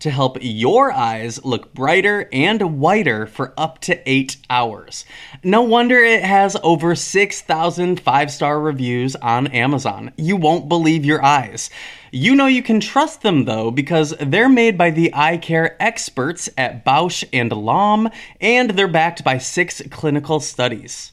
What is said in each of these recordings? to help your eyes look brighter and whiter for up to eight hours. No wonder it has over 6,000 five star reviews on Amazon. You won't believe your eyes. You know you can trust them though because they're made by the eye care experts at Bausch and Lomb and they're backed by 6 clinical studies.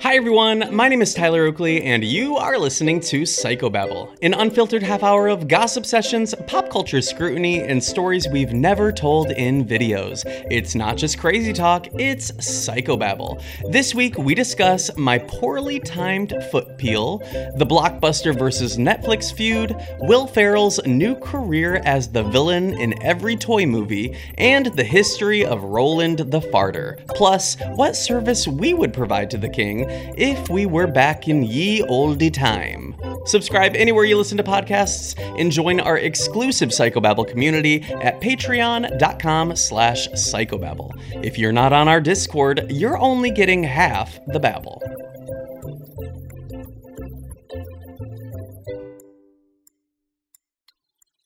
Hi everyone, my name is Tyler Oakley, and you are listening to Psychobabble, an unfiltered half hour of gossip sessions, pop culture scrutiny, and stories we've never told in videos. It's not just crazy talk, it's Psychobabble. This week we discuss my poorly timed foot peel, the blockbuster versus Netflix feud, Will Ferrell's new career as the villain in every toy movie, and the history of Roland the Farter. Plus, what service we would provide to the king if we were back in ye olde time. Subscribe anywhere you listen to podcasts and join our exclusive Psychobabble community at patreon.com slash psychobabble. If you're not on our Discord, you're only getting half the babble.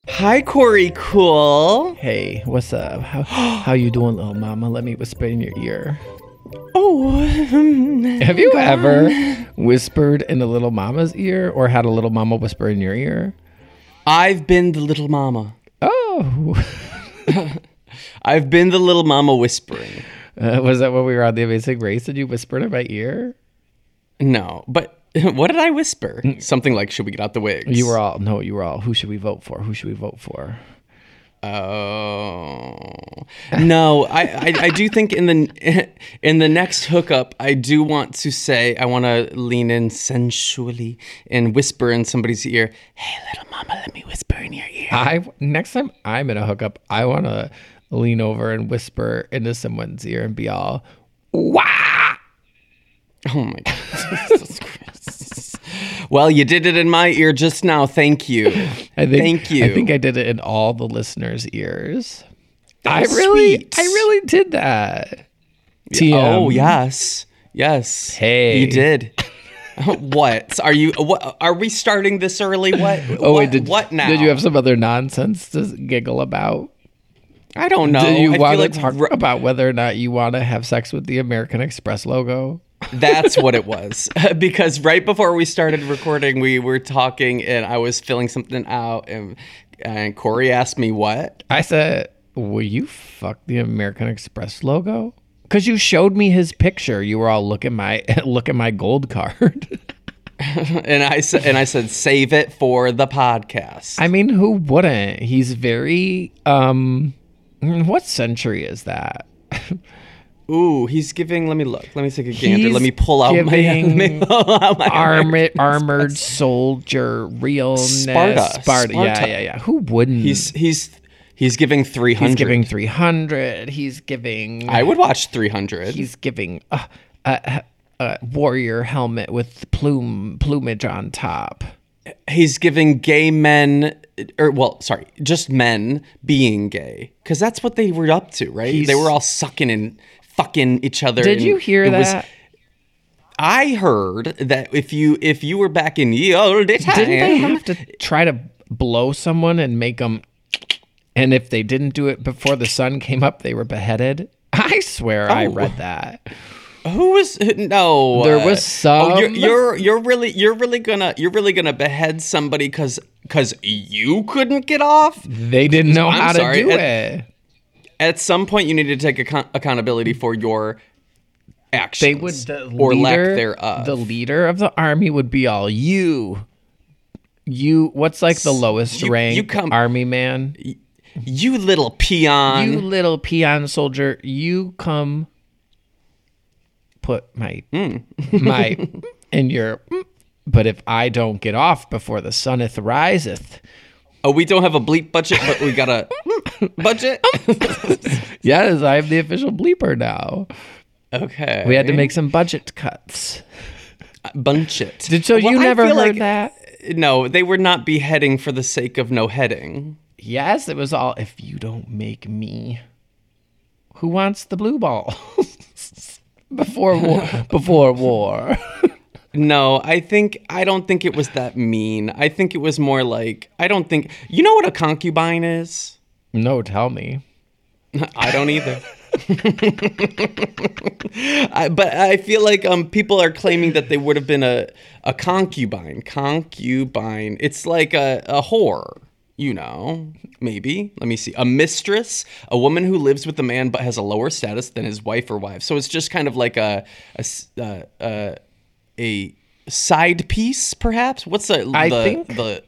Hi, Corey Cool. Hey, what's up? How, how you doing, little mama? Let me whisper in your ear. Oh, Have you ever whispered in a little mama's ear or had a little mama whisper in your ear? I've been the little mama. Oh, I've been the little mama whispering. Uh, was that when we were on The Amazing Race and you whispered in my ear? No, but what did I whisper? Something like, "Should we get out the wigs?" You were all, no, you were all, who should we vote for? Who should we vote for? Oh no, I, I I do think in the in the next hookup, I do want to say I want to lean in sensually and whisper in somebody's ear. Hey, little mama, let me whisper in your ear. I Next time I'm in a hookup, I want to lean over and whisper into someone's ear and be all, wow. Oh my god, Jesus Christ. Well, you did it in my ear just now. Thank you. I think, Thank you. I think I did it in all the listeners' ears. I That's really, sweet. I really did that. Oh TM. yes, yes. Hey. you did. what are you? What are we starting this early? What? Oh what, wait, did what now? Did you have some other nonsense to giggle about? I don't know. Did I you feel want to like talk r- about whether or not you want to have sex with the American Express logo? That's what it was. because right before we started recording, we were talking, and I was filling something out, and and Corey asked me what. I said, "Will you fuck the American Express logo?" Because you showed me his picture. You were all look at my look at my gold card. And I said, and I said, save it for the podcast. I mean, who wouldn't? He's very um mm, what century is that? Ooh, he's giving. Let me look. Let me take a gander. He's Let me pull out my, giving let me pull out my Armored armored soldier realness Sparta. Sparta. Yeah, Sparta. yeah, yeah. Who wouldn't? He's he's he's giving three He's hundred. giving 300. He's giving I would watch three hundred. he's giving uh, a, a, a warrior helmet with plume plumage on top. He's giving gay men, or well, sorry, just men being gay, because that's what they were up to, right? He's- they were all sucking and fucking each other. Did and you hear it was- that? I heard that if you if you were back in ye olde time, Didn't they have to try to blow someone and make them? And if they didn't do it before the sun came up, they were beheaded. I swear I Oh. read that. who was no? There was Oh, you're, some- you're you're really you're really gonna you're really gonna behead somebody because because you couldn't get off. They didn't know I'm how sorry, to do at- it. at some point you need to take account- accountability for your actions They would the or lack leader- thereof. The leader of the army would be all you. You what's like the lowest you rank come- army man? you little peon. you little peon soldier, you come put my my in your but if I don't get off before the sunneth riseth, oh, we don't have a bleep budget, but we got a budget. yes, I am the official bleeper now. okay. We had to make some budget cuts. bunch it. Did so Well, you I never feel heard like- that? No, they were not beheading for the sake of no heading. Yes, it was all if you don't make me. Who wants the blue ball? before war, before war. No, I think I don't think it was that mean. I think it was more like I don't think you know what a concubine is. no, tell me. I don't either. I, but I feel like um, people are claiming that they would have been a, a concubine. Concubine. It's like a, a whore, you know, maybe. Let me see. A mistress, a woman who lives with a man but has a lower status than his wife or wife. So it's just kind of like a, a, s- uh, uh, a side piece, perhaps? What's the, I the, think- the,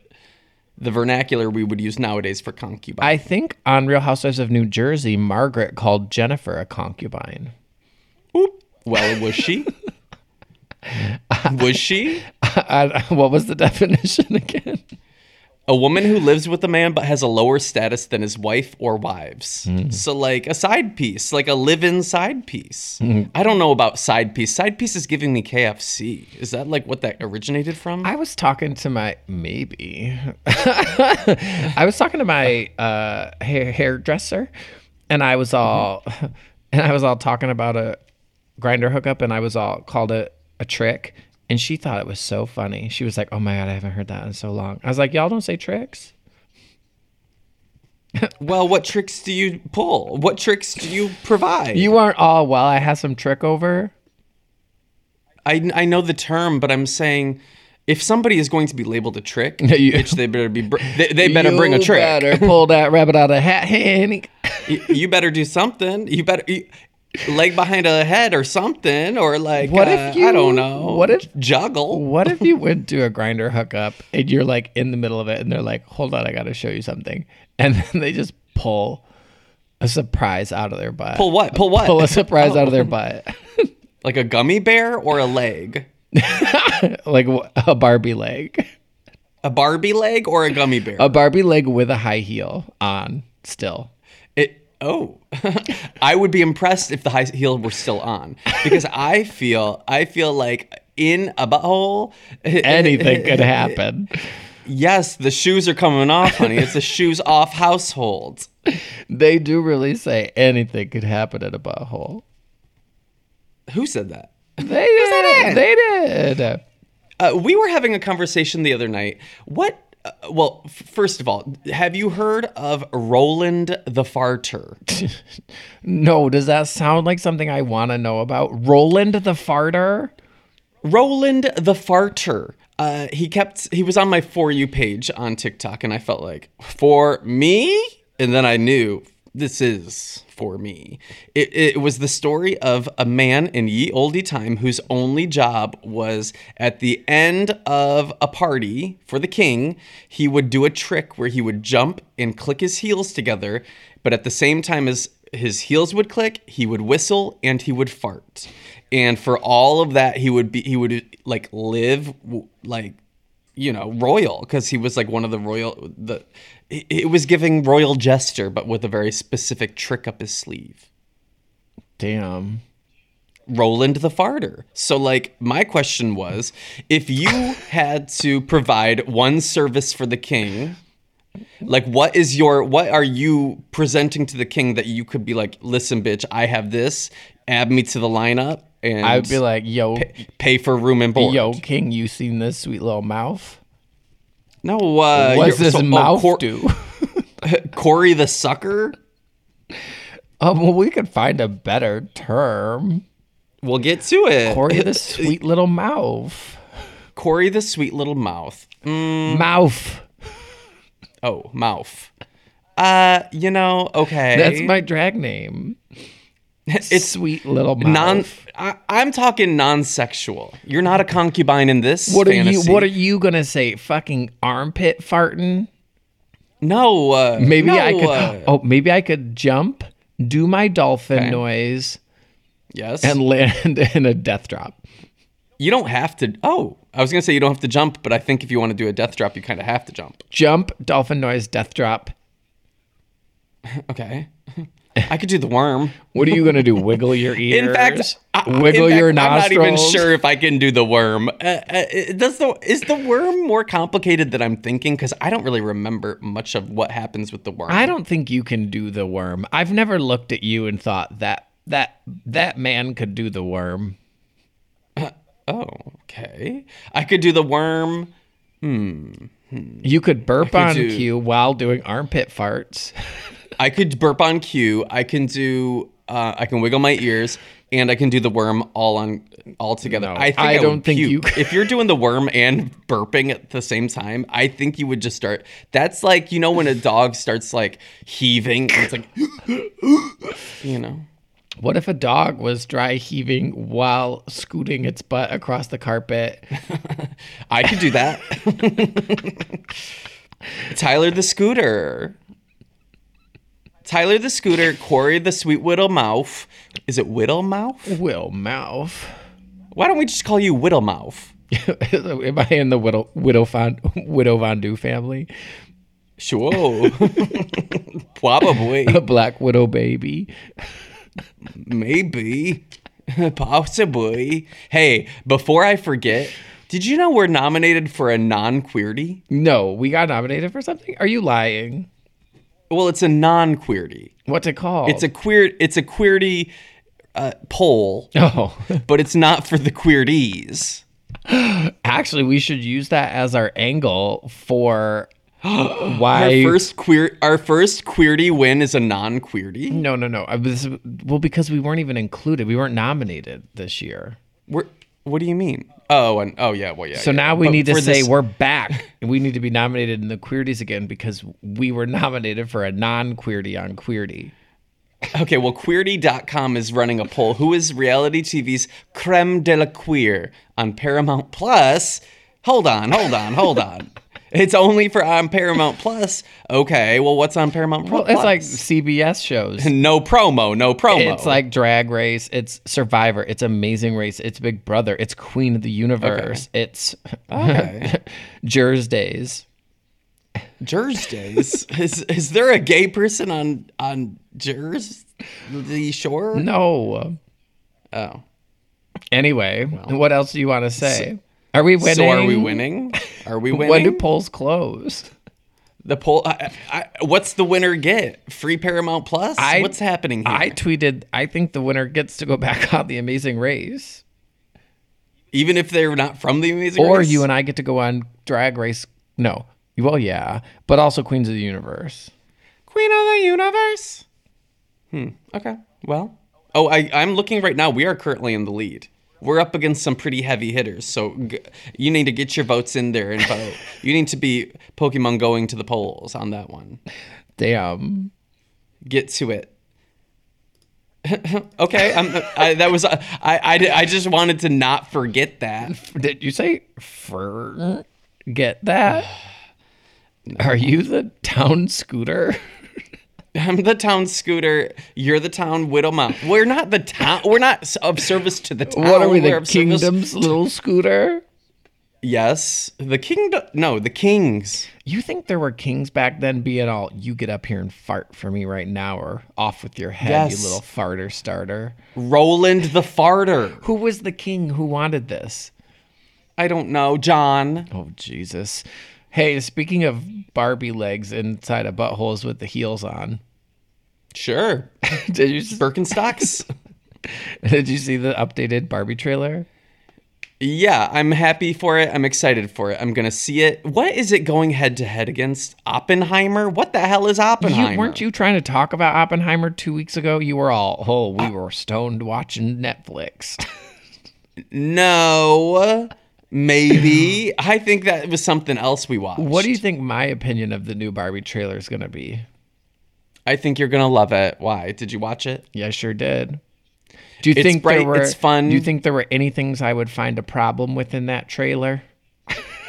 the vernacular we would use nowadays for concubine? I think on Real Housewives of New Jersey, Margaret called Jennifer a concubine. Well, was she? was she I- what was the definition again? a woman who lives with a man but has a lower status than his wife or wives? Mm. So, like a side piece, like a live-in side piece. Mm. I don't know about side piece. Side piece is giving me KFC. Is that like what that originated from? I was talking to my maybe. I was talking to my uh, hair, hairdresser, and I was all, and I was all talking about a grinder hookup, and I was all called it a trick, and she thought it was so funny. She was like, "Oh my god, I haven't heard that in so long." I was like, "Y'all don't say tricks." well, what tricks do you pull? What tricks do you provide? You aren't all well. I had some trick over. I I know the term, but I'm saying. If somebody is going to be labeled a trick, you- bitch, they better be br- they, they better bring a You trick. Better pull that rabbit out of hat, honey. you, you better do something. You better you, leg behind a head or something, or like What if uh, I you- don't know. what if- juggle? What if you went to a grinder hookup and you're like in the middle of it and they're like, hold on, I gotta show you something. And then they just pull a surprise out of their butt. Pull what? Pull what? Pull a surprise out of their butt. like a gummy bear or a leg? like wh- a Barbie leg. A Barbie leg or a gummy bear? A Barbie leg with a high heel on still. It oh, I would be impressed if the high heel were still on because I feel I feel like in a butthole. Anything could happen. yes, the shoes are coming off, honey. It's a shoes off household. They do really say anything could happen at a butthole. Who said that? They did. They did. Uh, we were having a conversation the other night. What? Uh, well, f- first of all, have you heard of Roland the Farter? No, does that sound like something I want to know about? Roland the farter? Roland the Farter. Uh, he kept. He was on my for you page on TikTok, and I felt like for me. And then I knew this is for me. It, it was the story of a man in ye olde time whose only job was at the end of a party for the king. He would do a trick where he would jump and click his heels together, but at the same time as his heels would click, he would whistle, and he would fart. And for all of that, he would be he would like live w- like you know royal because he was like one of the royal the it it was giving royal jester, but with a very specific trick up his sleeve. Damn. Roland the farter. So like my question was, if you had to provide one service for the king, like what is your what are you presenting to the king that you could be like, listen, bitch, I have this, add me to the lineup and I would be like, yo, pay for room and board. yo, King, you seen this sweet little mouth? No, uh What's you're- this so- oh, mouth Cor- do? Corey the sucker? Um, well, we could find a better term. We'll get to it. Corey, the sweet little mouth. Corey the sweet little mouth. Mm. Mouth. Oh, mouth. Uh, you know, okay. That's my drag name. It's sweet little mouth. Non, I, I'm talking non-sexual. You're not a concubine in this. what are you? fantasy. What are you gonna say? Fucking armpit farting? No. Uh, Maybe no, I could. uh, oh, maybe I could jump, do my dolphin Okay. noise, yes. and land in a death drop. you don't have to. Oh, I was gonna say you don't have to jump, but I think if you want to do a death drop, you kind of have to jump. Jump, dolphin noise, death drop. Okay. I could do the worm. What are you gonna do? Wiggle your ears? In fact, I- I- wiggle in fact, your I'm not even nostrils. sure if I can do the worm. Uh, uh, it- does the is the worm more complicated than I'm thinking? Because I don't really remember much of what happens with the worm. I don't think you can do the worm. I've never looked at you and thought that that that man could do the worm. oh, okay. I could do the worm. You could burp on do- cue while doing armpit farts. I could burp on cue. I can do. Uh, I can wiggle my ears, and I can do the worm all on all together. No, I think I I, would don't think puke. you- if you're doing the worm and burping at the same time, I think you would just start. That's like you know when a dog starts like heaving. And it's like you know. What if a dog was dry heaving while scooting its butt across the carpet? I could do that. Tyler the Scooter. Tyler the Scooter, Corey the Sweet Whittle Mouth. Is it Whittle Mouth? Will mouth. Why don't we just call you Whittle Mouth? Am I in the widow widow von widow von Du family? Sure. Probably. A black widow baby. Maybe. Possibly. Hey, before I forget, did you know we're nominated for a non queerty? No, we got nominated for something. Are you lying? Well, it's a non queerty. What's it called? It's a queer it's a queerty uh, poll, oh. but it's not for the queerties. Actually, we should use that as our angle for why. Our first queer our first queerty win is a non queerty. no, no, no. I was- well, because we weren't even included. We weren't nominated this year. We're what do you mean? Oh, and oh yeah, well yeah. So yeah. now we But need to for say this- we're back and we need to be nominated in the Queerties again because we were nominated for a non Queerty on Queerty. Okay, well, Queerty.com is running a poll. Who is reality TV's creme de la queer on Paramount Plus? Hold on, hold on, hold on. It's only for on Paramount Plus. Okay, well, what's on Paramount Pro- Well, Plus? it's like CBS shows. no promo, no promo. It's like Drag Race, it's Survivor, it's Amazing Race, it's Big Brother, it's Queen of the Universe, it's okay. Jurors Days. Jurors Days. Is is there a gay person on on Jurors the shore? No. Oh. Anyway, what else do you want to say? are we winning? So are we winning? Are we winning? When do polls close? the poll. I, I, what's the winner get? Free Paramount Plus. I- what's happening here? I tweeted, I think the winner gets to go back on The Amazing Race. even if they're not from the Amazing Or Race? you and I get to go on Drag Race. No. Well, yeah, but also Queens of the Universe. Queen of the Universe. Hmm. Okay. Well. Oh, I, I'm looking right now. We are currently in the lead. We're up against some pretty heavy hitters, so g- you need to get your votes in there and vote. you need to be Pokemon going to the polls on that one. Damn. Get to it. okay, I'm, I, that was I, I. I just wanted to not forget that. Did you say fur? Get that? Are you the town scooter? I'm the town scooter. You're the town widow mom. We're not the town. We're not of service to the town. What are We're we, the of service- kingdom's little scooter? Yes, the kingdom. No, the kings. You think there were kings back then? Be it all, you get up here and fart for me right now, or off with your head, you Yes. little farter starter. Roland the farter. Who was the king who wanted this? I don't know. John. Oh Jesus! Hey, speaking of Barbie legs inside of buttholes with the heels on, Sure. did you s- Birkenstocks. did you see the updated Barbie trailer? yeah, I'm happy for it. I'm excited for it. I'm gonna see it. What is it going head to head against? Oppenheimer. What the hell is Oppenheimer? You weren't you trying to talk about Oppenheimer two weeks ago? You were all oh, we were stoned watching Netflix. No. Maybe. I think that was something else we watched. what do you think my opinion of the new Barbie trailer is going to be? I think you're gonna love it. Why? Did you watch it? Yeah, I sure did. Do you It's think bright, there were? it's fun. Do you think there were any things I would find a problem with in that trailer?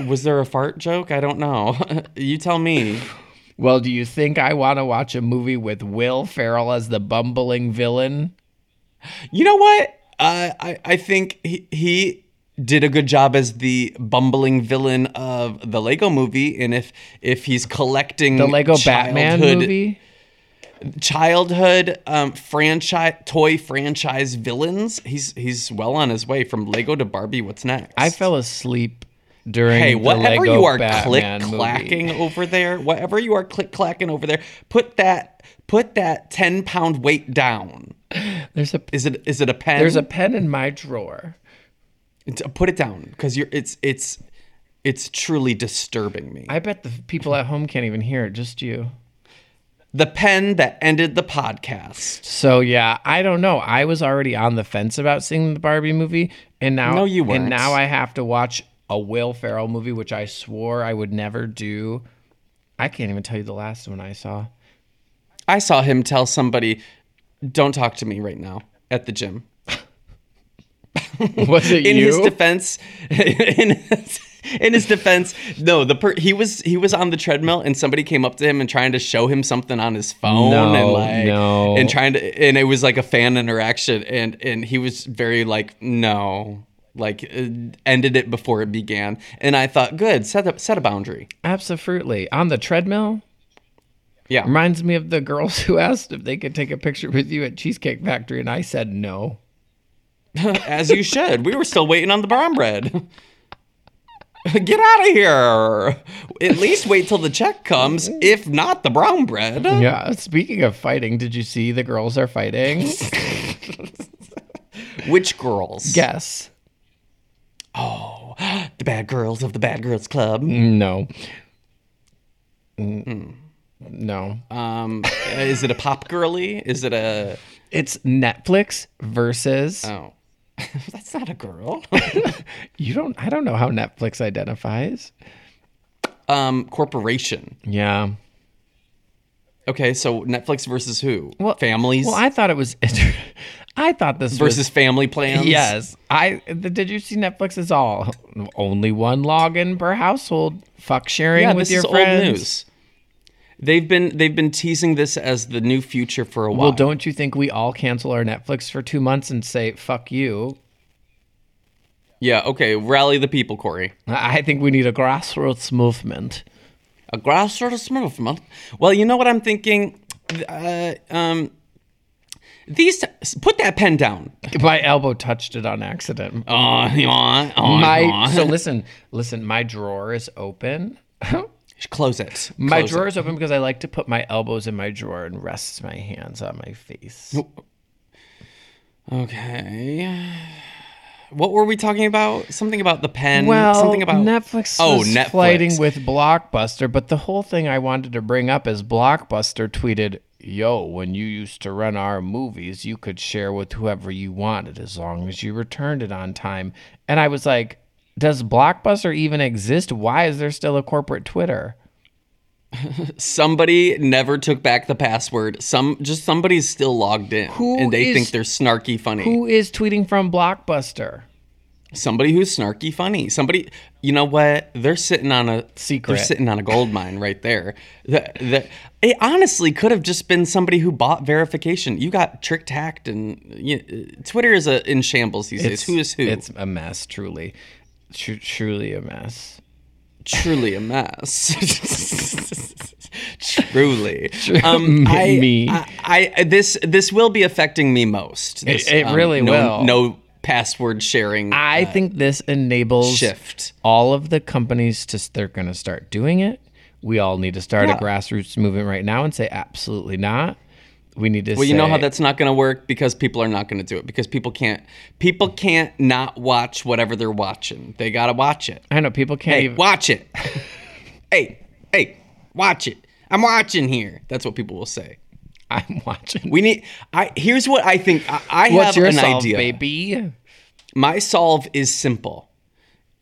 Was there a fart joke? I don't know. you tell me. Well, do you think I want to watch a movie with Will Ferrell as the bumbling villain? You know what? Uh, I I think he, he did a good job as the bumbling villain of the Lego Movie, and if if he's collecting The Lego Batman childhood- movie? childhood um, franchise toy franchise villains, he's he's well on his way from Lego to Barbie. What's next? I fell asleep during Hey, the whatever Lego you are Batman click movie. clacking over there, whatever you are click clacking over there, put that put that ten pound weight down. There's a Is it is it a pen? there's a pen in my drawer. It's- uh, put it down because you're it's it's it's truly disturbing me I bet the people at home can't even hear it, just you. the pen that ended the podcast So yeah, I don't know. I was already on the fence about seeing the Barbie movie, and now No, you weren't. And now I have to watch a Will Ferrell movie, which I swore I would never do. I can't even tell you the last one I saw. i saw him tell somebody don't talk to me right now at the gym Was it in you? his defense in his, in his defense no the per- he was he was on the treadmill and somebody came up to him and trying to show him something on his phone and No, like no. and trying to and it was like a fan interaction and and he was very like no like uh, ended it before it began and i thought good set a set a boundary Absolutely on the treadmill. yeah Reminds me of the girls who asked if they could take a picture with you at Cheesecake Factory, and I said no. as you should. We were still waiting on the brown bread. Get out of here. At least wait till the check comes, if not the brown bread. Yeah. Speaking of fighting, did you see the girls are fighting? Which girls? Guess. The bad girls of the bad girls club. No. Hmm. No. Um, is it a pop girly? Is it a. It's Netflix versus Oh. That's not a girl. you don't I don't know how Netflix identifies. um, corporation. Yeah. Okay, so Netflix versus who? Well, Families Well, I thought it was I thought this versus family plans? was Yes. I th- did you see Netflix is all only one login per household. Fuck sharing Yeah, with this your is friends. old news. They've been they've been teasing this as the new future for a while. Well, don't you think we all cancel our Netflix for 2 months and say fuck you? Yeah, okay. Rally the people, Corey. I I think we need a grassroots movement. A grassroots movement. Well, you know what I'm thinking? Uh, um, these. Put that pen down. My elbow touched it on accident. Oh, yeah, oh, my yeah. so listen listen my drawer is open Close it. my Close drawer it. is open because i like to put my elbows in my drawer and rest my hands on my face Okay. What were we talking about? Something about the pen. well something about netflix Oh, oh was Netflix. fighting with blockbuster but the whole thing i wanted to bring up is blockbuster tweeted yo when you used to run our movies you could share with whoever you wanted as long as you returned it on time and i was like does blockbuster even exist why is there still a corporate twitter somebody never took back the password. Some just somebody's still logged in, Who and they is- think they're snarky funny. who is tweeting from blockbuster somebody who's snarky funny somebody you know what they're sitting on a Secret. they're sitting on a gold mine right there that, that it honestly could have just been somebody who bought verification you got tricked hacked and you, twitter is a, in shambles these days who is who It's a mess, truly, Tru- truly a mess. truly a mess. truly, um, I, me. I, I, this this will be affecting me most. This, um, it really no, will. No password sharing. I think this enables shift. all of the companies to they're going to start doing it. We all need to start Yeah. a grassroots movement right now and say absolutely not. We need to. Well, you know how that's not going to work because people are not going to do it because people can't people can't not watch whatever they're watching. They got to watch it. I know people can't Hey, even. watch it. hey, hey, watch it. I'm watching here. That's what people will say. I'm watching. We need I here's what I think I, I What's have your an solve, idea. baby? My solve is simple.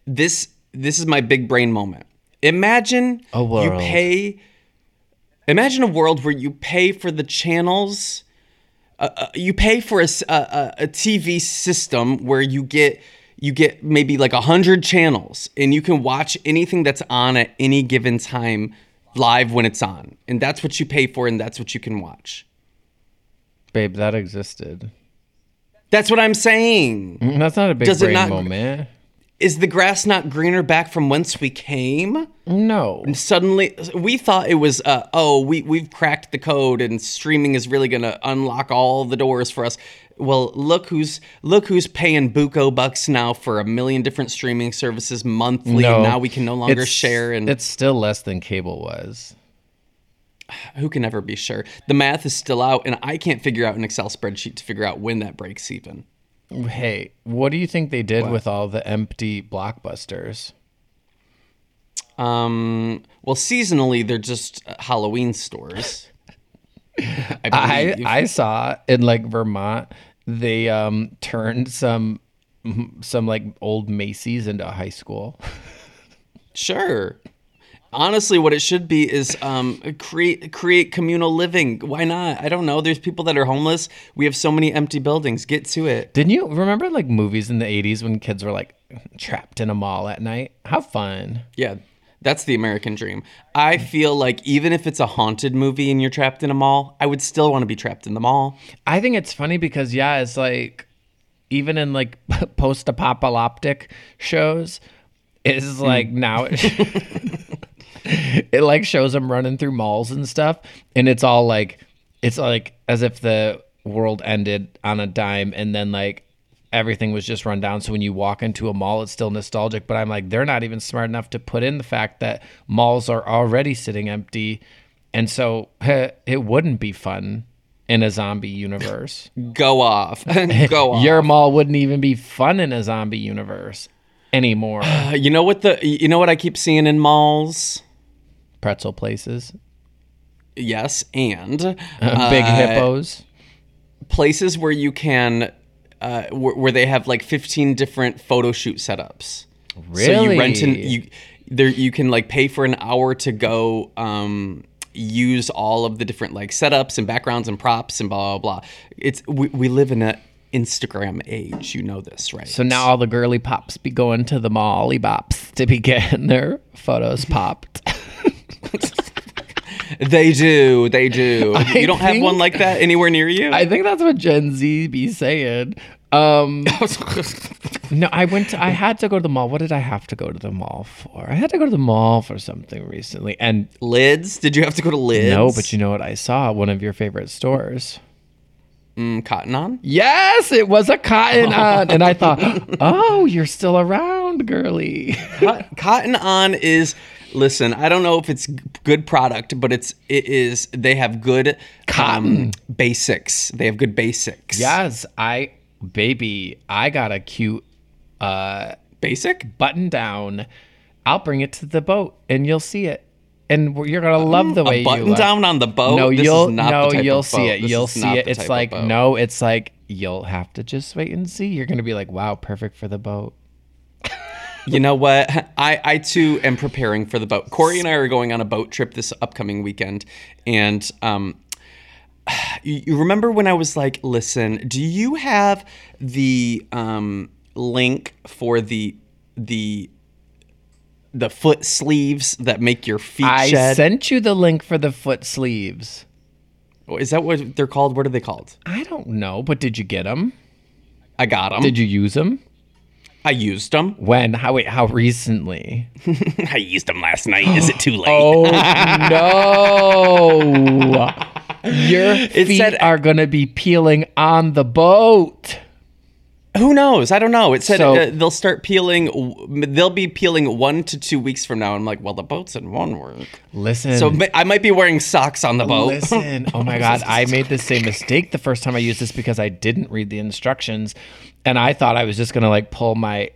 This this is my big brain moment. Imagine A you world. pay Imagine a world where you pay for the channels uh, uh, you pay for a, s- a- a- a TV system where you get you get maybe like a hundred channels, and you can watch anything that's on at any given time live when it's on, and that's what you pay for, and that's what you can watch. Babe, that existed. That's what I'm saying. Mm, That's not a big Does it brain not- moment. Is the grass not greener back from whence we came? No. suddenly we thought it was uh, oh we we've cracked the code and streaming is really going to unlock all the doors for us well look who's look who's paying buco bucks now for a million different streaming services monthly and now we can no longer It's- share and it's still less than cable was. who can ever be sure the math is still out and i can't figure out an excel spreadsheet to figure out when that breaks even Hey, what do you think they did with all the empty blockbusters? um well seasonally they're just uh, halloween stores I, I believe. I saw in like Vermont they um turned some some like old Macy's into a high school. Sure. Honestly, what it should be is um, create create communal living. Why not? I don't know. There's people that are homeless. We have so many empty buildings. Get to it. Didn't you remember like movies in the 80s when kids were like trapped in a mall at night? How fun. Yeah, that's the American dream. I feel like even if it's a haunted movie and you're trapped in a mall, I would still want to be trapped in the mall. I think it's funny because yeah, it's like even in like post-apocalyptic shows, it's like now it, it like shows them running through malls and stuff, and it's all like it's like as if the world ended on a dime, and then like everything was just run down. So when you walk into a mall, it's still nostalgic. But I'm like, they're not even smart enough to put in the fact that malls are already sitting empty, and so it wouldn't be fun in a zombie universe. Go off. Go off. Your mall wouldn't even be fun in a zombie universe anymore. Uh, you know what the you know what I keep seeing in malls? Pretzel places, Yes, and big uh, hippos. places where you can uh, where, where they have like 15 different photo shoot setups so you rent an Really? you there you can like pay for an hour to go um use all of the different like setups and backgrounds and props and blah blah blah it's we, we live in a instagram age you know this right So now all the girly pops be going to the mall bops to be getting their photos popped. they do they do you don't have one think- like that anywhere near you I think that's what Gen Z be saying. Um, no, I went. To, I had to go to the mall. What did I have to go to the mall for? I had to go to the mall for something recently, and lids did you have to go to lids no, but you know what? I saw at one of your favorite stores. mm, cotton on Yes, it was a cotton on. And I thought, oh, you're still around, girly. Co- Cotton On is listen. I don't know if it's g- good product, but it's it is. They have good cotton basics. They have good basics. Yes, I, baby, I got a cute uh, basic. button down. I'll bring it to the boat and you'll see it. And you're going to love the way A you button look. down on the boat. No, This is you'll not no, the type you'll of see boat. it. This You'll is see not it. the type It's of like boat. no, it's like you'll have to just wait and see. You're gonna be like, wow, perfect for the boat. You know what? I I too am preparing for the boat. Corey and I are going on a boat trip this upcoming weekend, and um. You you remember when I was like, "Listen, do you have the um, link for the the the foot sleeves that make your feet I shed? sent you the link for the foot sleeves. Is that what they're called? What are they called? I don't know, but did you get them? I got them. Did you use them? I used them. When? How? Wait, how recently? I used them last night. Is it too late? Oh no! Your feet said- are gonna be peeling on the boat. Who knows? I don't know. It said So- uh, they'll start peeling. w- They'll be peeling one to two weeks from now. I'm like, well, the boat's in one week, Listen. so ma- I might be wearing socks on the boat. Listen, oh my God, I made the same mistake the first time I used this because I didn't read the instructions. And I thought I was just going to like pull my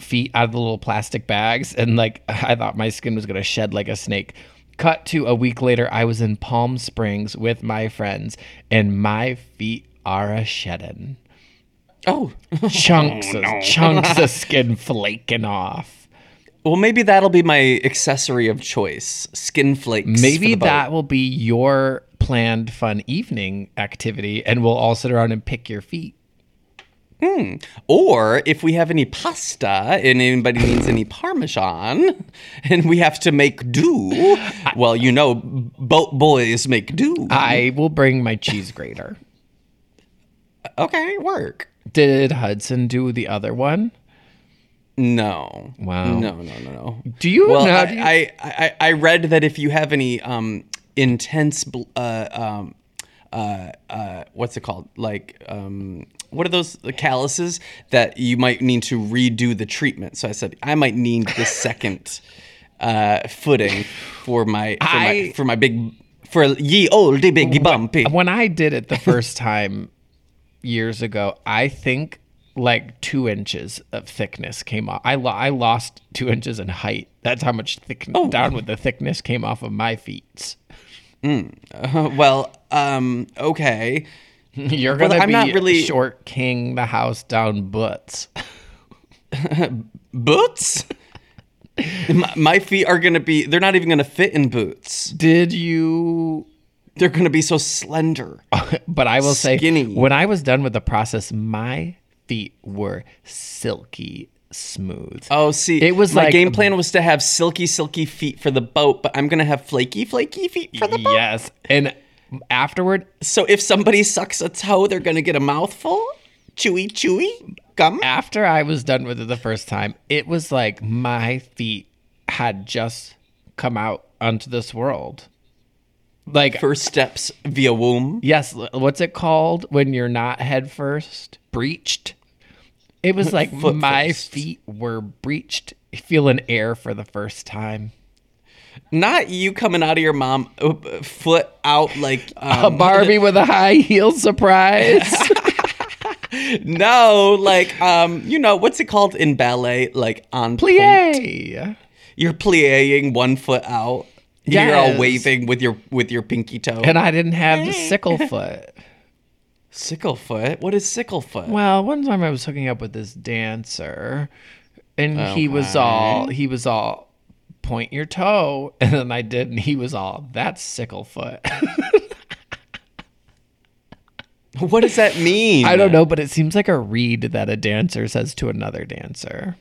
feet out of the little plastic bags. And like, I thought my skin was going to shed like a snake. Cut to a week later, I was in Palm Springs with my friends, and my feet are a shedding. oh, Chunks, of, chunks of skin flaking off. well, maybe that'll be my accessory of choice: skin flakes. for Maybe the boat. that will be your planned fun evening activity, and we'll all sit around and pick your feet. Or if we have any pasta and anybody needs any parmesan and we have to make do, well, you know, boat boys make do. I will bring my cheese grater. okay, work. Did Hudson do the other one? No. Wow. No, no, no, no. Do you Well, know? I, do you- I, I, I read that if you have any um, intense, bl- uh, um, uh, uh, what's it called? Like, um, what are those the calluses that you might need to redo the treatment? So I said I might need the second uh, footing for my for, I- my for my big for ye olde biggie bumpy. when I did it the first time years ago, I think like two inches of thickness came off. I, lo- I lost two inches in height. That's how much thick Oh. down with the thickness came off of my feet. well, um, okay. You're gonna I'm be not really- short king the house down butts. boots my, my feet are gonna be they're not even gonna fit in boots Did you? they're gonna be so slender But I will say, Skinny. when I was done with the process, my feet were silky smooth. oh see It was my like game a- plan was to have silky silky feet for the boat but i'm gonna have flaky flaky feet for the boat yes, and afterward, so if somebody sucks a toe they're gonna get a mouthful chewy chewy gum after I was done with it the first time, it was like my feet had just come out onto this world. Like, first steps via womb yes, l- what's it called when you're not head first? Breached. It was like Foot my first. feet were breached, feeling air for the first time. not you coming out of your mom uh, uh, foot out like A um, Barbie with a high heel surprise. no like um you know what's it called in ballet like on point? Plie. you're plieing one foot out. Yeah, You're all Yes. waving with your with your pinky toe. And I didn't have the sickle foot. sickle foot? What is sickle foot? Well, one time I was hooking up with this dancer, and he was all he was all point your toe, and then I did, and he was all that's sickle foot. What does that mean? I don't know, but it seems like a read that a dancer says to another dancer.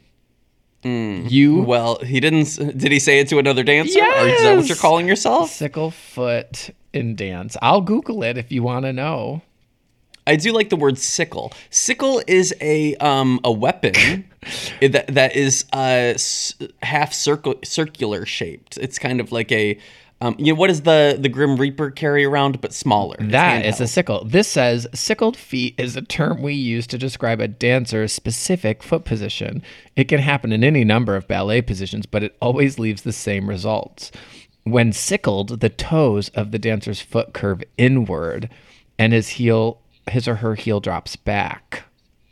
You Well, he didn't. s- Did he say it to another dancer? Or is that what you're Yes. calling yourself? sickle foot in dance. I'll Google it if you want to know. I do like the word sickle. Sickle is a um a weapon that that is uh s- half circle circular shaped. It's kind of like a um you know what does the the Grim Reaper carry around but smaller? It's That is handheld. a sickle. This says sickled feet is a term we use to describe a dancer's specific foot position. It can happen in any number of ballet positions, but it always leaves the same results. When sickled, the toes of the dancer's foot curve inward and his heel his or her heel drops back.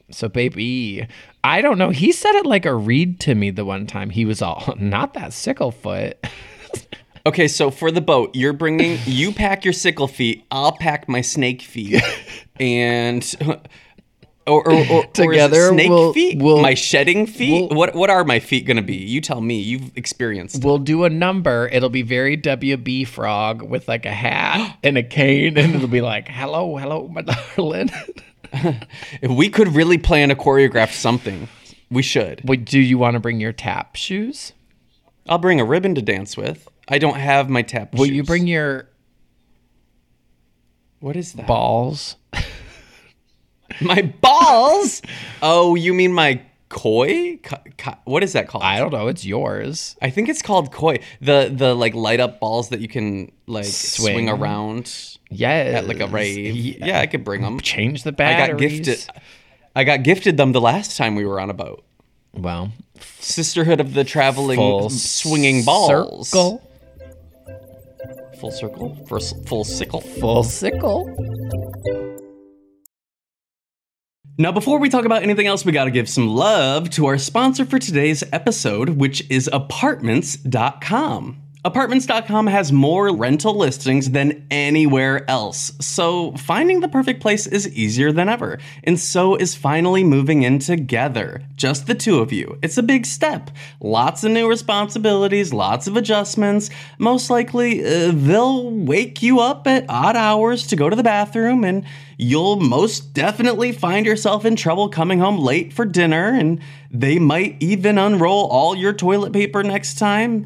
So baby, I don't know. He said it like a read to me the one time. He was all not that sickle foot. Okay, so for the boat, you're bringing you pack your sickle feet. I'll pack my snake feet, and or, or, or- or is it Together snake we'll- feet. we'll- my shedding feet. we'll- what what are my feet gonna be? You tell me. You've experienced. We'll do a number. It'll be very WB Frog with like a hat and a cane, and it'll be like, "Hello, hello, my darling." If we could really plan to choreograph something, we should. Wait, do you want to bring your tap shoes? I'll bring a ribbon to dance with. I don't have my tap. Will you bring your what is that? balls? My balls. oh, you mean my koi? Ka- ka- what is that called? I don't know. It's yours. I think it's called koi. The the like light up balls that you can like swing, Swing. around Yes. at like a rave. Yeah, I could bring them. Change the I batteries. got gifted. I got gifted them the last time we were on a boat. Well, Sisterhood of the traveling full swinging balls. Circle. Full circle. Full, full sickle. Full sickle. Now, before we talk about anything else, we gotta give some love to our sponsor for today's episode, which is apartments.com. Apartments.com has more rental listings than anywhere else, so finding the perfect place is easier than ever. And so is finally moving in together, just the two of you. It's a big step. Lots of new responsibilities, lots of adjustments. Most likely, uh, they'll wake you up at odd hours to go to the bathroom, and you'll most definitely find yourself in trouble coming home late for dinner, and they might even unroll all your toilet paper next time.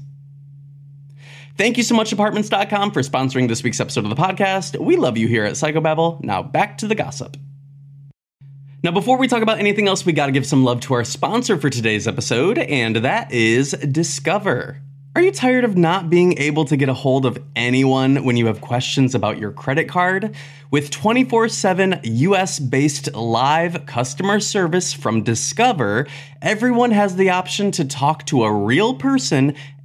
Thank you so much, apartments.com, for sponsoring this week's episode of the podcast. We love you here at Psychobabble. Now back to the gossip. Now, before we talk about anything else, we gotta give some love to our sponsor for today's episode, and that is Discover. Are you tired of not being able to get a hold of anyone when you have questions about your credit card? With 24 7 US based live customer service from Discover, everyone has the option to talk to a real person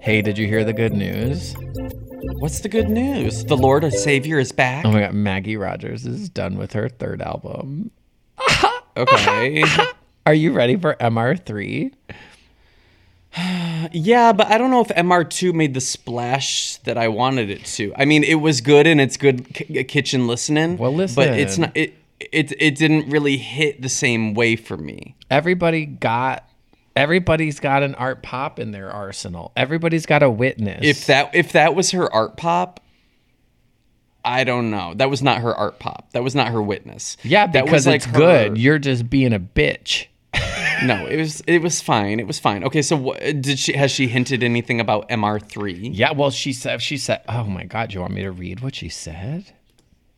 Hey, did you hear the good news? What's the good news? The Lord our Savior is back. Oh my god, Maggie Rogers is done with her third album. Okay. Are you ready for MR3? yeah, but I don't know if MR2 made the splash that I wanted it to. I mean, it was good and it's good k- kitchen listening. Well, but it's listen. not it. It it didn't really hit the same way for me. Everybody got everybody's got an art pop in their arsenal. Everybody's got a witness. If that if that was her art pop, I don't know. That was not her art pop. That was not her witness. yeah, That because was it's like her- good. You're just being a bitch. no, it was it was fine. It was fine. Okay, so what, did she has she hinted anything about MR3? Yeah, well, she said she said, "Oh my god, you want me to read what she said?"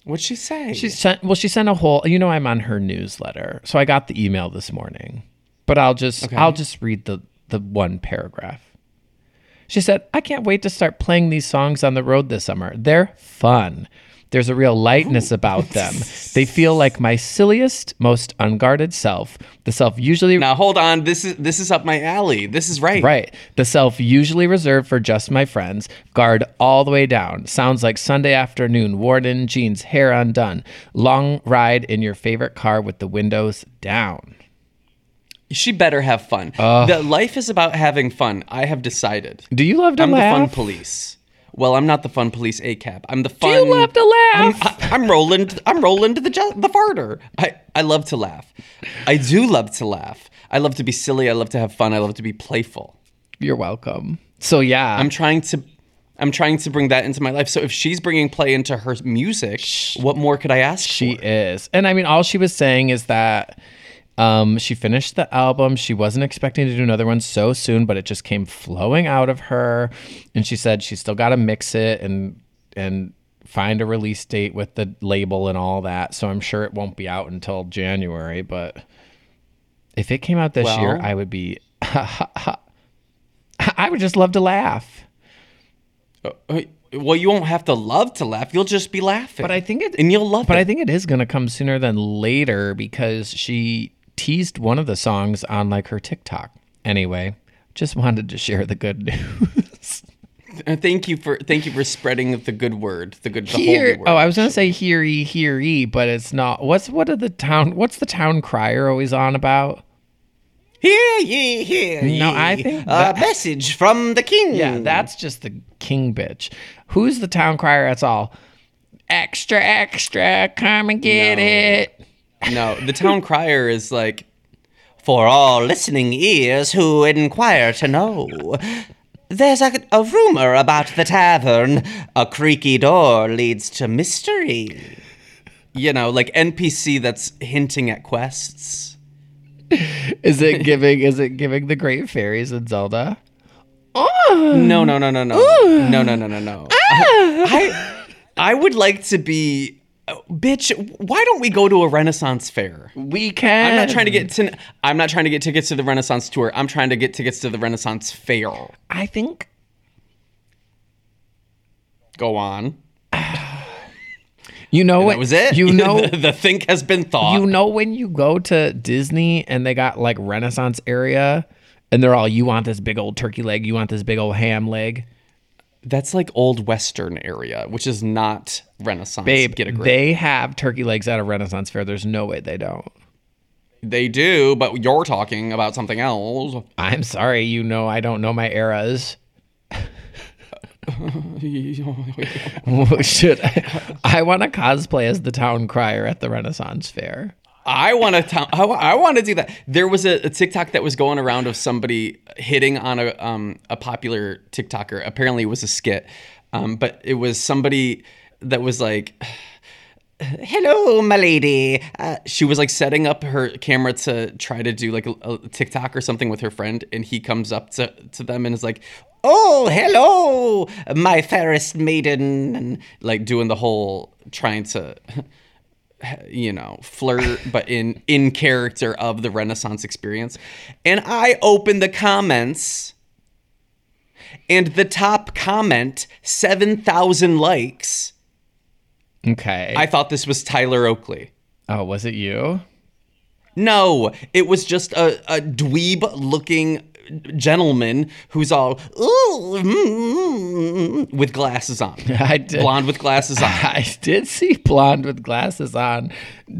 What'd she say? She sent well, she sent a whole. You know, I'm on her newsletter, so I got the email this morning. But I'll just I'll just read the the one paragraph. She said, "I can't wait to start playing these songs on the road this summer. They're fun. There's a real lightness about them. They feel like my silliest, most unguarded self. The self usually Now hold on. This is this is up my alley. This is right. Right. The self usually reserved for just my friends, guard all the way down. Sounds like Sunday afternoon, worn in jeans, hair undone, long ride in your favorite car with the windows down. She better have fun. the life is about having fun. I have decided. Do you love to I'm laugh? the fun police. Well, I'm not the fun police. ACAP. I'm the fun. you love to I'm, laugh? I, am rolling. I'm rolling to the ju- the farter. I I love to laugh. I do love to laugh. I love to be silly. I love to have fun. I love to be playful. You're welcome. So yeah, I'm trying to. I'm trying to bring that into my life. So if she's bringing play into her music, what more could I ask? she is. And I mean, all she was saying is that um, she finished the album. She wasn't expecting to do another one so soon, but it just came flowing out of her. And she said she still got to mix it and and find a release date with the label and all that. So I'm sure it won't be out until January. But if it came out this year, Well- I would be. I would just love to laugh. Uh, Well, you won't have to love to laugh. You'll just be laughing. But I think it- and you'll love But it. I think it is going to come sooner than later because she teased one of the songs on like her TikTok. Anyway, just wanted to share the good news. Uh, thank you for thank you for spreading the good word, the good the holy Here, word. oh, I was going to say heary, heary, but it's not. What's what are the town? What's the town crier always on about? hear ye, hear ye. No, I think a message from the king. Yeah, that's just the king bitch. Hmm. Who's the town crier? That's all. Extra, extra, come and get No. it. no, the town crier is like for all listening ears who inquire to know. There's a, a rumor about the tavern. A creaky door leads to mystery. You know, like NPC that's hinting at quests. Is it giving? is it giving the great fairies in Zelda? No, no, no, no, no, no, no, no, no, no. Ah. I, I would like to be, oh, bitch. Why don't we go to a Renaissance fair? We can. I'm not trying to get to. I'm not trying to get tickets to the Renaissance tour. I'm trying to get tickets to the Renaissance fair. I think Go on. you know what That was it. You know, the, the think has been thought. you know when you go to Disney and they got like Renaissance area, and they're all, "You want this big old turkey leg? You want this big old ham leg?" that's like old Western area, which is not Renaissance. Babe, get a grip. they have turkey legs at a Renaissance fair. There's no way they don't. They do, but you're talking about something else. I'm sorry, you know I don't know my eras. Should I, I want to cosplay as the town crier at the Renaissance fair? I want to. T- I, want to do that. There was a, a TikTok that was going around of somebody hitting on a um, a popular TikToker. Apparently, it was a skit, um, but it was somebody that was like, Hello, my lady. uh, she was like setting up her camera to try to do like a, a TikTok or something with her friend, and he comes up to to them and is like. Oh, hello. my fairest maiden and like doing the whole trying to you know flirt but in in character of the renaissance experience and i opened the comments and the top comment 7000 likes Okay. i thought this was tyler oakley oh, was it you? No, it was just a, a dweeb looking gentleman who's all ooh, mm, with glasses on. I did. Blonde with glasses on. I did see blonde with glasses on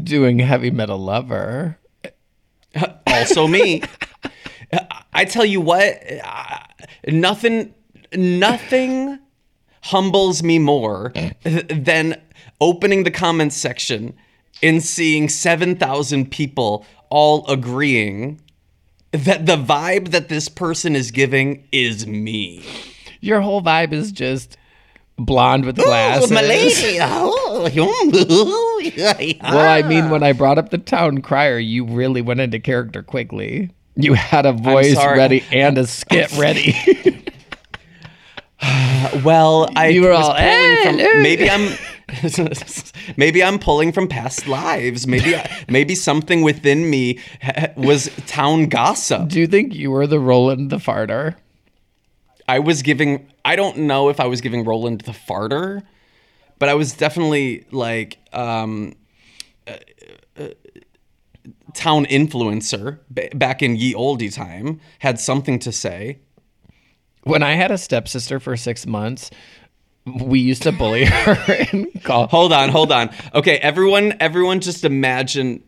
doing heavy metal lover. also me. I tell you what, I- nothing, nothing humbles me more than opening the comments section and seeing 7,000 people all agreeing that the vibe that this person is giving is me. Your whole vibe is just blonde with glasses. My lady. Oh, Oh, Well, I mean, when I brought up the town crier, you really went into character quickly. You had a voice sorry. ready and a skit ready. Well, I You were was all, pulling from, "Eh, no." maybe I'm maybe I'm pulling from past lives. Maybe I, maybe something within me ha- was town gossip. Do you think you were the Roland the farter? I was giving I don't know if I was giving Roland the farter, but I was definitely like um uh, uh, town influencer ba- back in ye oldie time had something to say. When I had a stepsister for six months, we used to bully her and call. Hold on, hold on. Okay, everyone, everyone, just imagine.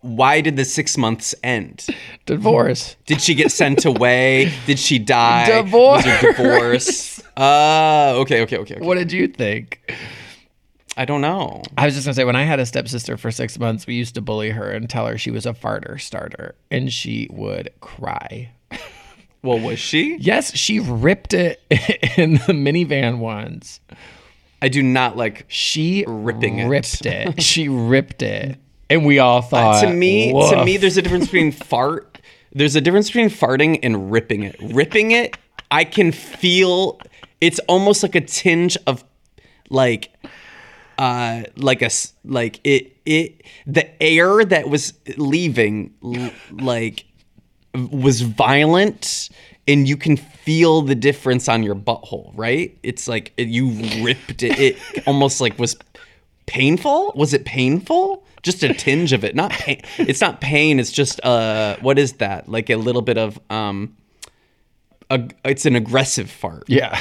Why did the six months end? divorce. Did she get sent away? Did she die? Was Divorce. there divorce. Uh, okay, okay, okay. okay. What did you think? I don't know. I was just gonna say when I had a stepsister for six months, we used to bully her and tell her she was a farter starter, and she would cry. Well, was she? Yes, she ripped it in the minivan once. I do not like. She Ripping it. Uh, ripped it. she ripped it, and we all thought to me, to Uh, "Woof." me, there's a difference between fart. There's a difference between farting and ripping it. Ripping it, I can feel. It's almost like a tinge of, like, uh, like a s- like it it the air that was leaving l- like was violent and you can feel the difference on your butthole right it's like it- you ripped it it almost like was painful was it painful just a tinge of it not pain it's not pain it's just uh what is that like a little bit of um a, it's an aggressive fart yeah.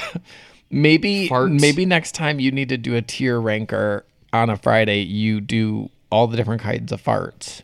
Maybe Fart. maybe next time you need to do a tier ranker on a Friday, you do all the different kinds of farts.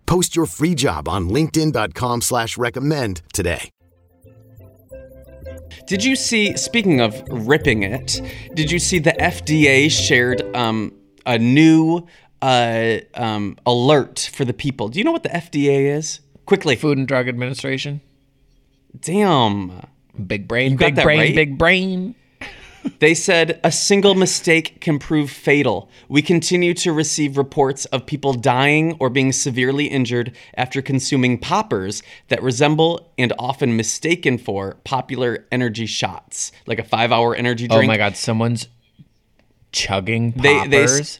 Post your free job on linkedin.com/recommend slash recommend today. Did you see? Speaking of ripping it, did you see the FDA shared um, a new uh, um, alert for the people? Do you know what the FDA is? Quickly, Food and Drug Administration. damn. Big brain, got big that brain, right? big brain. They said a single mistake can prove fatal. We continue to receive reports of people dying or being severely injured after consuming poppers that resemble and often mistaken for popular energy shots, like a five-hour energy drink. Oh my god, someone's chugging They- poppers. they s-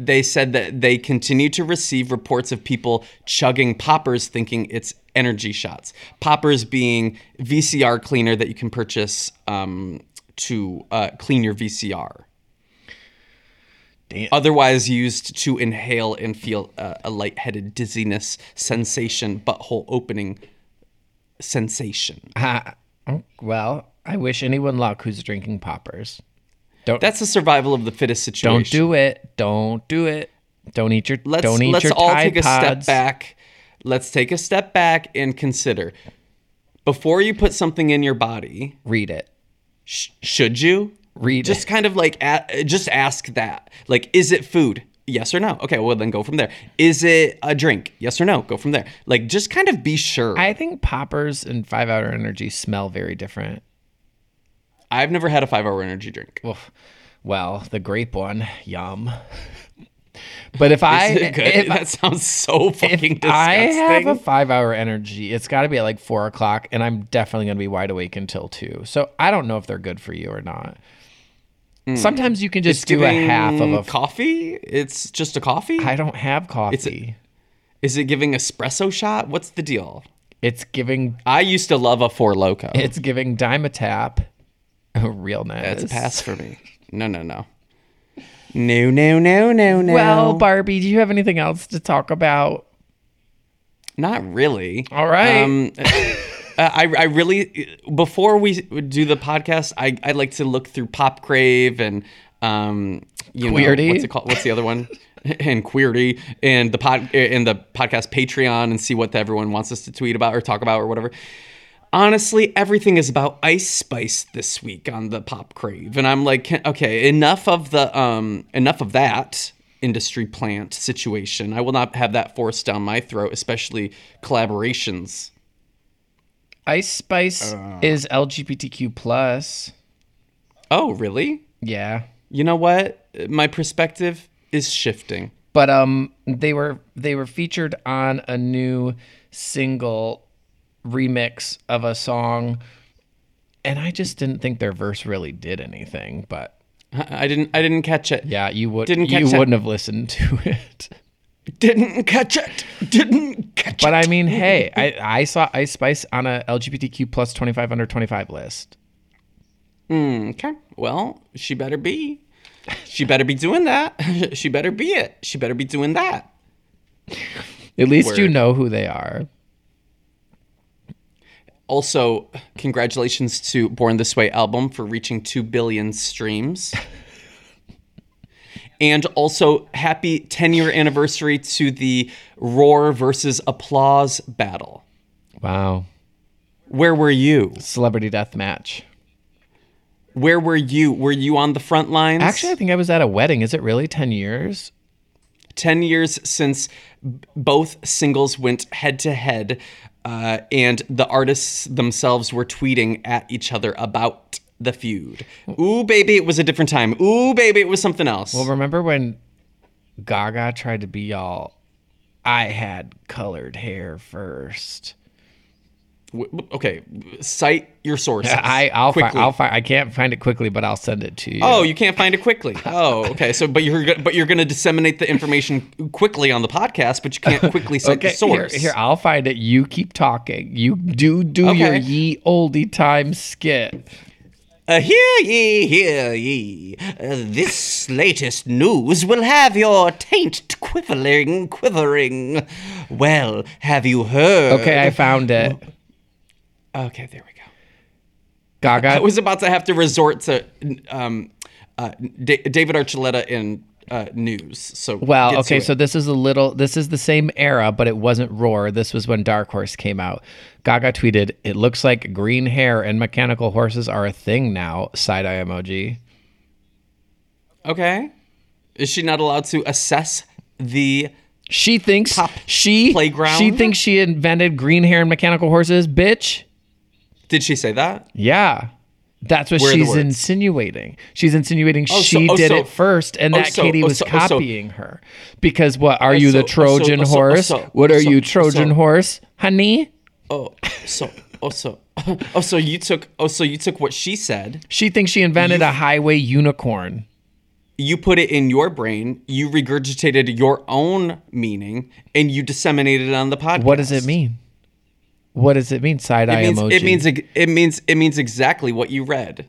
They said that they continue to receive reports of people chugging poppers thinking it's energy shots. Poppers being VCR cleaner that you can purchase um, to uh, clean your VCR. Damn. Otherwise used to inhale and feel uh, a lightheaded dizziness sensation, butthole opening sensation. Ah, oh, well, I wish anyone luck who's drinking poppers. Don't That's the survival of the fittest situation. don't do it. Don't do it. Don't eat your let's don't eat let's your all Tide take a step Pods. back. Let's take a step back and consider before you put something in your body. Read it. Sh- should you Read Just it. kind of like a- just ask that. Like, is it food? Yes or no? Okay, well then go from there. Is it a drink? Yes or no? Go from there. Like, just kind of be sure. I think poppers and five hour energy smell very different. I've never had a five-hour energy drink. Oof. Well, the grape one, yum. But if I Is it good? if, that sounds so if fucking disgusting. I have a five hour energy, it's got to be at like four o'clock, and I'm definitely gonna be wide awake until two. So I don't know if they're good for you or not. Sometimes you can just do a half of a. Hmm. Giving coffee. It's just a coffee. I don't have coffee. It's, Is it giving espresso shot? What's the deal? giving. I used to love a four loco. It's giving dime a tap. A real nice. That's a pass for me. No, no, no. No, no, no, no, no. Well, Barbie, do you have anything else to talk about? not really. All right. Um, uh, I, I really before we do the podcast, I I like to look through Pop Crave and um you Queerty? know what's it called? What's the other one? and Queerty and the pod and the podcast Patreon and see what everyone wants us to tweet about or talk about or whatever. Honestly, everything is about Ice Spice this week on the Pop Crave, and I'm like, "Can- okay, enough of the um, enough of that industry plant situation. I will not have that forced down my throat, especially collaborations. Ice Spice is LGBTQ plus. Oh, really? Yeah. You know what? My perspective is shifting. but um they were they were featured on a new single remix of a song and i just didn't think their verse really did anything but I I didn't. I didn't catch it. yeah you would Didn't you catch that. wouldn't have listened to it Didn't catch it. Didn't catch but it. i mean hey i i saw ice spice on a lgbtq plus 25 under 25 list Okay. Well, she better be. She better be doing that. she better be it. She better be doing that. at least you Word. know who they are Also, congratulations to Born This Way album for reaching 2 billion streams. and also, happy 10 year anniversary to the Roar versus Applause battle. wow Where were you? Celebrity death match. Where were you? Were you on the front lines? Actually, I think I was at a wedding. Is it really 10 years? 10 years since b- both singles went head to head, uh, and the artists themselves were tweeting at each other about the feud. Ooh, baby, it was a different time. Ooh, baby, it was something else. Well, remember when Gaga tried to be all, I had colored hair first? W- w- okay, cite your sources. I, I'll, fi- quickly. I'll fi- I can't find it quickly, but I'll send it to you. Oh, you can't find it quickly. Oh, okay. So, but you're go- but you're going to disseminate the information quickly on the podcast, but you can't quickly cite okay. the source. Here, here, I'll find it. You keep talking. You do do your Okay. ye oldie time skit. Uh, hear ye, hear ye. Uh, this latest news will have your taint quivering, quivering. Well, have you heard? Okay, I found it. Uh, Okay, there we go. I Gaga. was about to have to resort to um, uh, D- David Archuleta in uh, news. So Well, get to okay, it. so this is a little, this is the same era, but it wasn't Roar. This was when Dark Horse came out. Gaga tweeted, It looks like green hair and mechanical horses are a thing now, side eye emoji. okay, is she not allowed to assess the? She thinks Pop she playground? She thinks she invented green hair and mechanical horses, bitch. Did she say that? Yeah. That's what Where are the she's words? insinuating. She's insinuating Oh, so- she oh, did so- it first and oh, that so- Katie oh, was so- oh, so- copying her. Because what are you so- the oh, so- oh, Trojan so- oh, horse? so- what oh, are so- you oh, Trojan so- horse? Honey? Oh, so oh so oh so you took oh so you took what she said. She thinks she invented a highway unicorn. you put it in your brain, you regurgitated your own meaning, and you disseminated it on the podcast. What does it mean? What does it mean? Side It eye means, emoji. it means it means it means exactly what you read.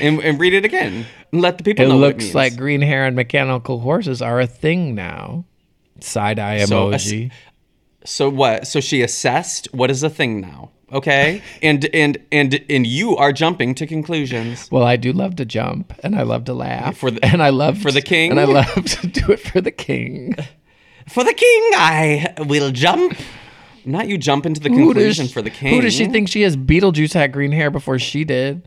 and, and read it again. And let the people It know what looks it means. like green hair and mechanical horses are a thing now. Side eye So, ass- emoji. So what? So she assessed what is a thing now. Okay? and and and and you are jumping to conclusions. Well, I do love to jump, and I love to laugh, For the- and I love for the king? and I love to do it for the king. For the king, I will jump. Not you jumping to the Who does- conclusion for the king. Who does she think she is? Beetlejuice had green hair before she did.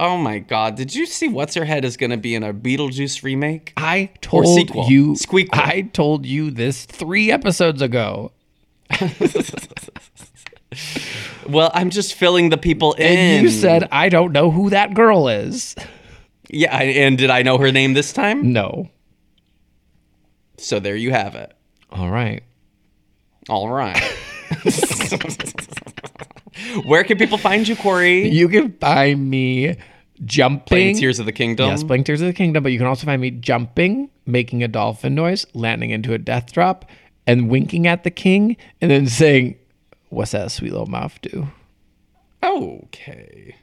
Oh my god. Did you see what's her head is gonna be in a Beetlejuice remake? I told sequel. you. Squeakquel. I told you this three episodes ago, Well, I'm just filling the people in. and you said I don't know who that girl is. Yeah, I- and did I know her name this time? No. So there you have it. All right. All right. Where can people find you, Corey? You can find me jumping. Playing Tears of the Kingdom. Yes, playing Tears of the Kingdom, but you can also find me jumping, making a dolphin noise, landing into a death drop, and winking at the king, and then saying, What's that sweet little mouth do? Okay.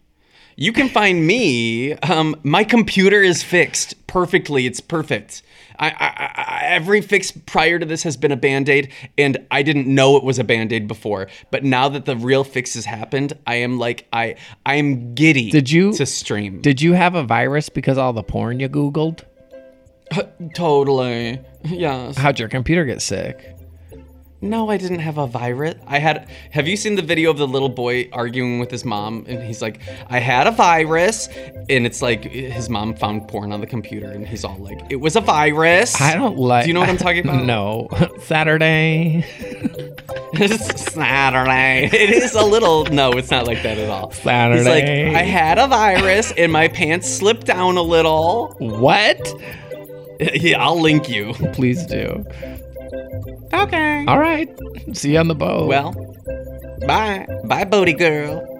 You can find me. Um, my computer is fixed perfectly. It's perfect. I, I, I, every fix prior to this has been a band aid, and I didn't know it was a band aid before. But now that the real fix has happened, I am like I I am giddy. Did you- to stream? Did you have a virus because all the porn you Googled? totally? Yes. How'd your computer get sick? No, I didn't have a virus. I had. Have you seen the video of the little boy arguing with his mom? And he's like, I had a virus. And it's like his mom found porn on the computer and he's all like, it was a virus. I don't like. Do you know what I'm talking about? no. Saturday. Saturday. It is a little. No, it's not like that at all. He's like, Saturday. I had a virus and my pants slipped down a little. What? Yeah, I'll link you. Please do. Okay. All right. See you on the boat. Well, Bye. Bye, Bodie girl.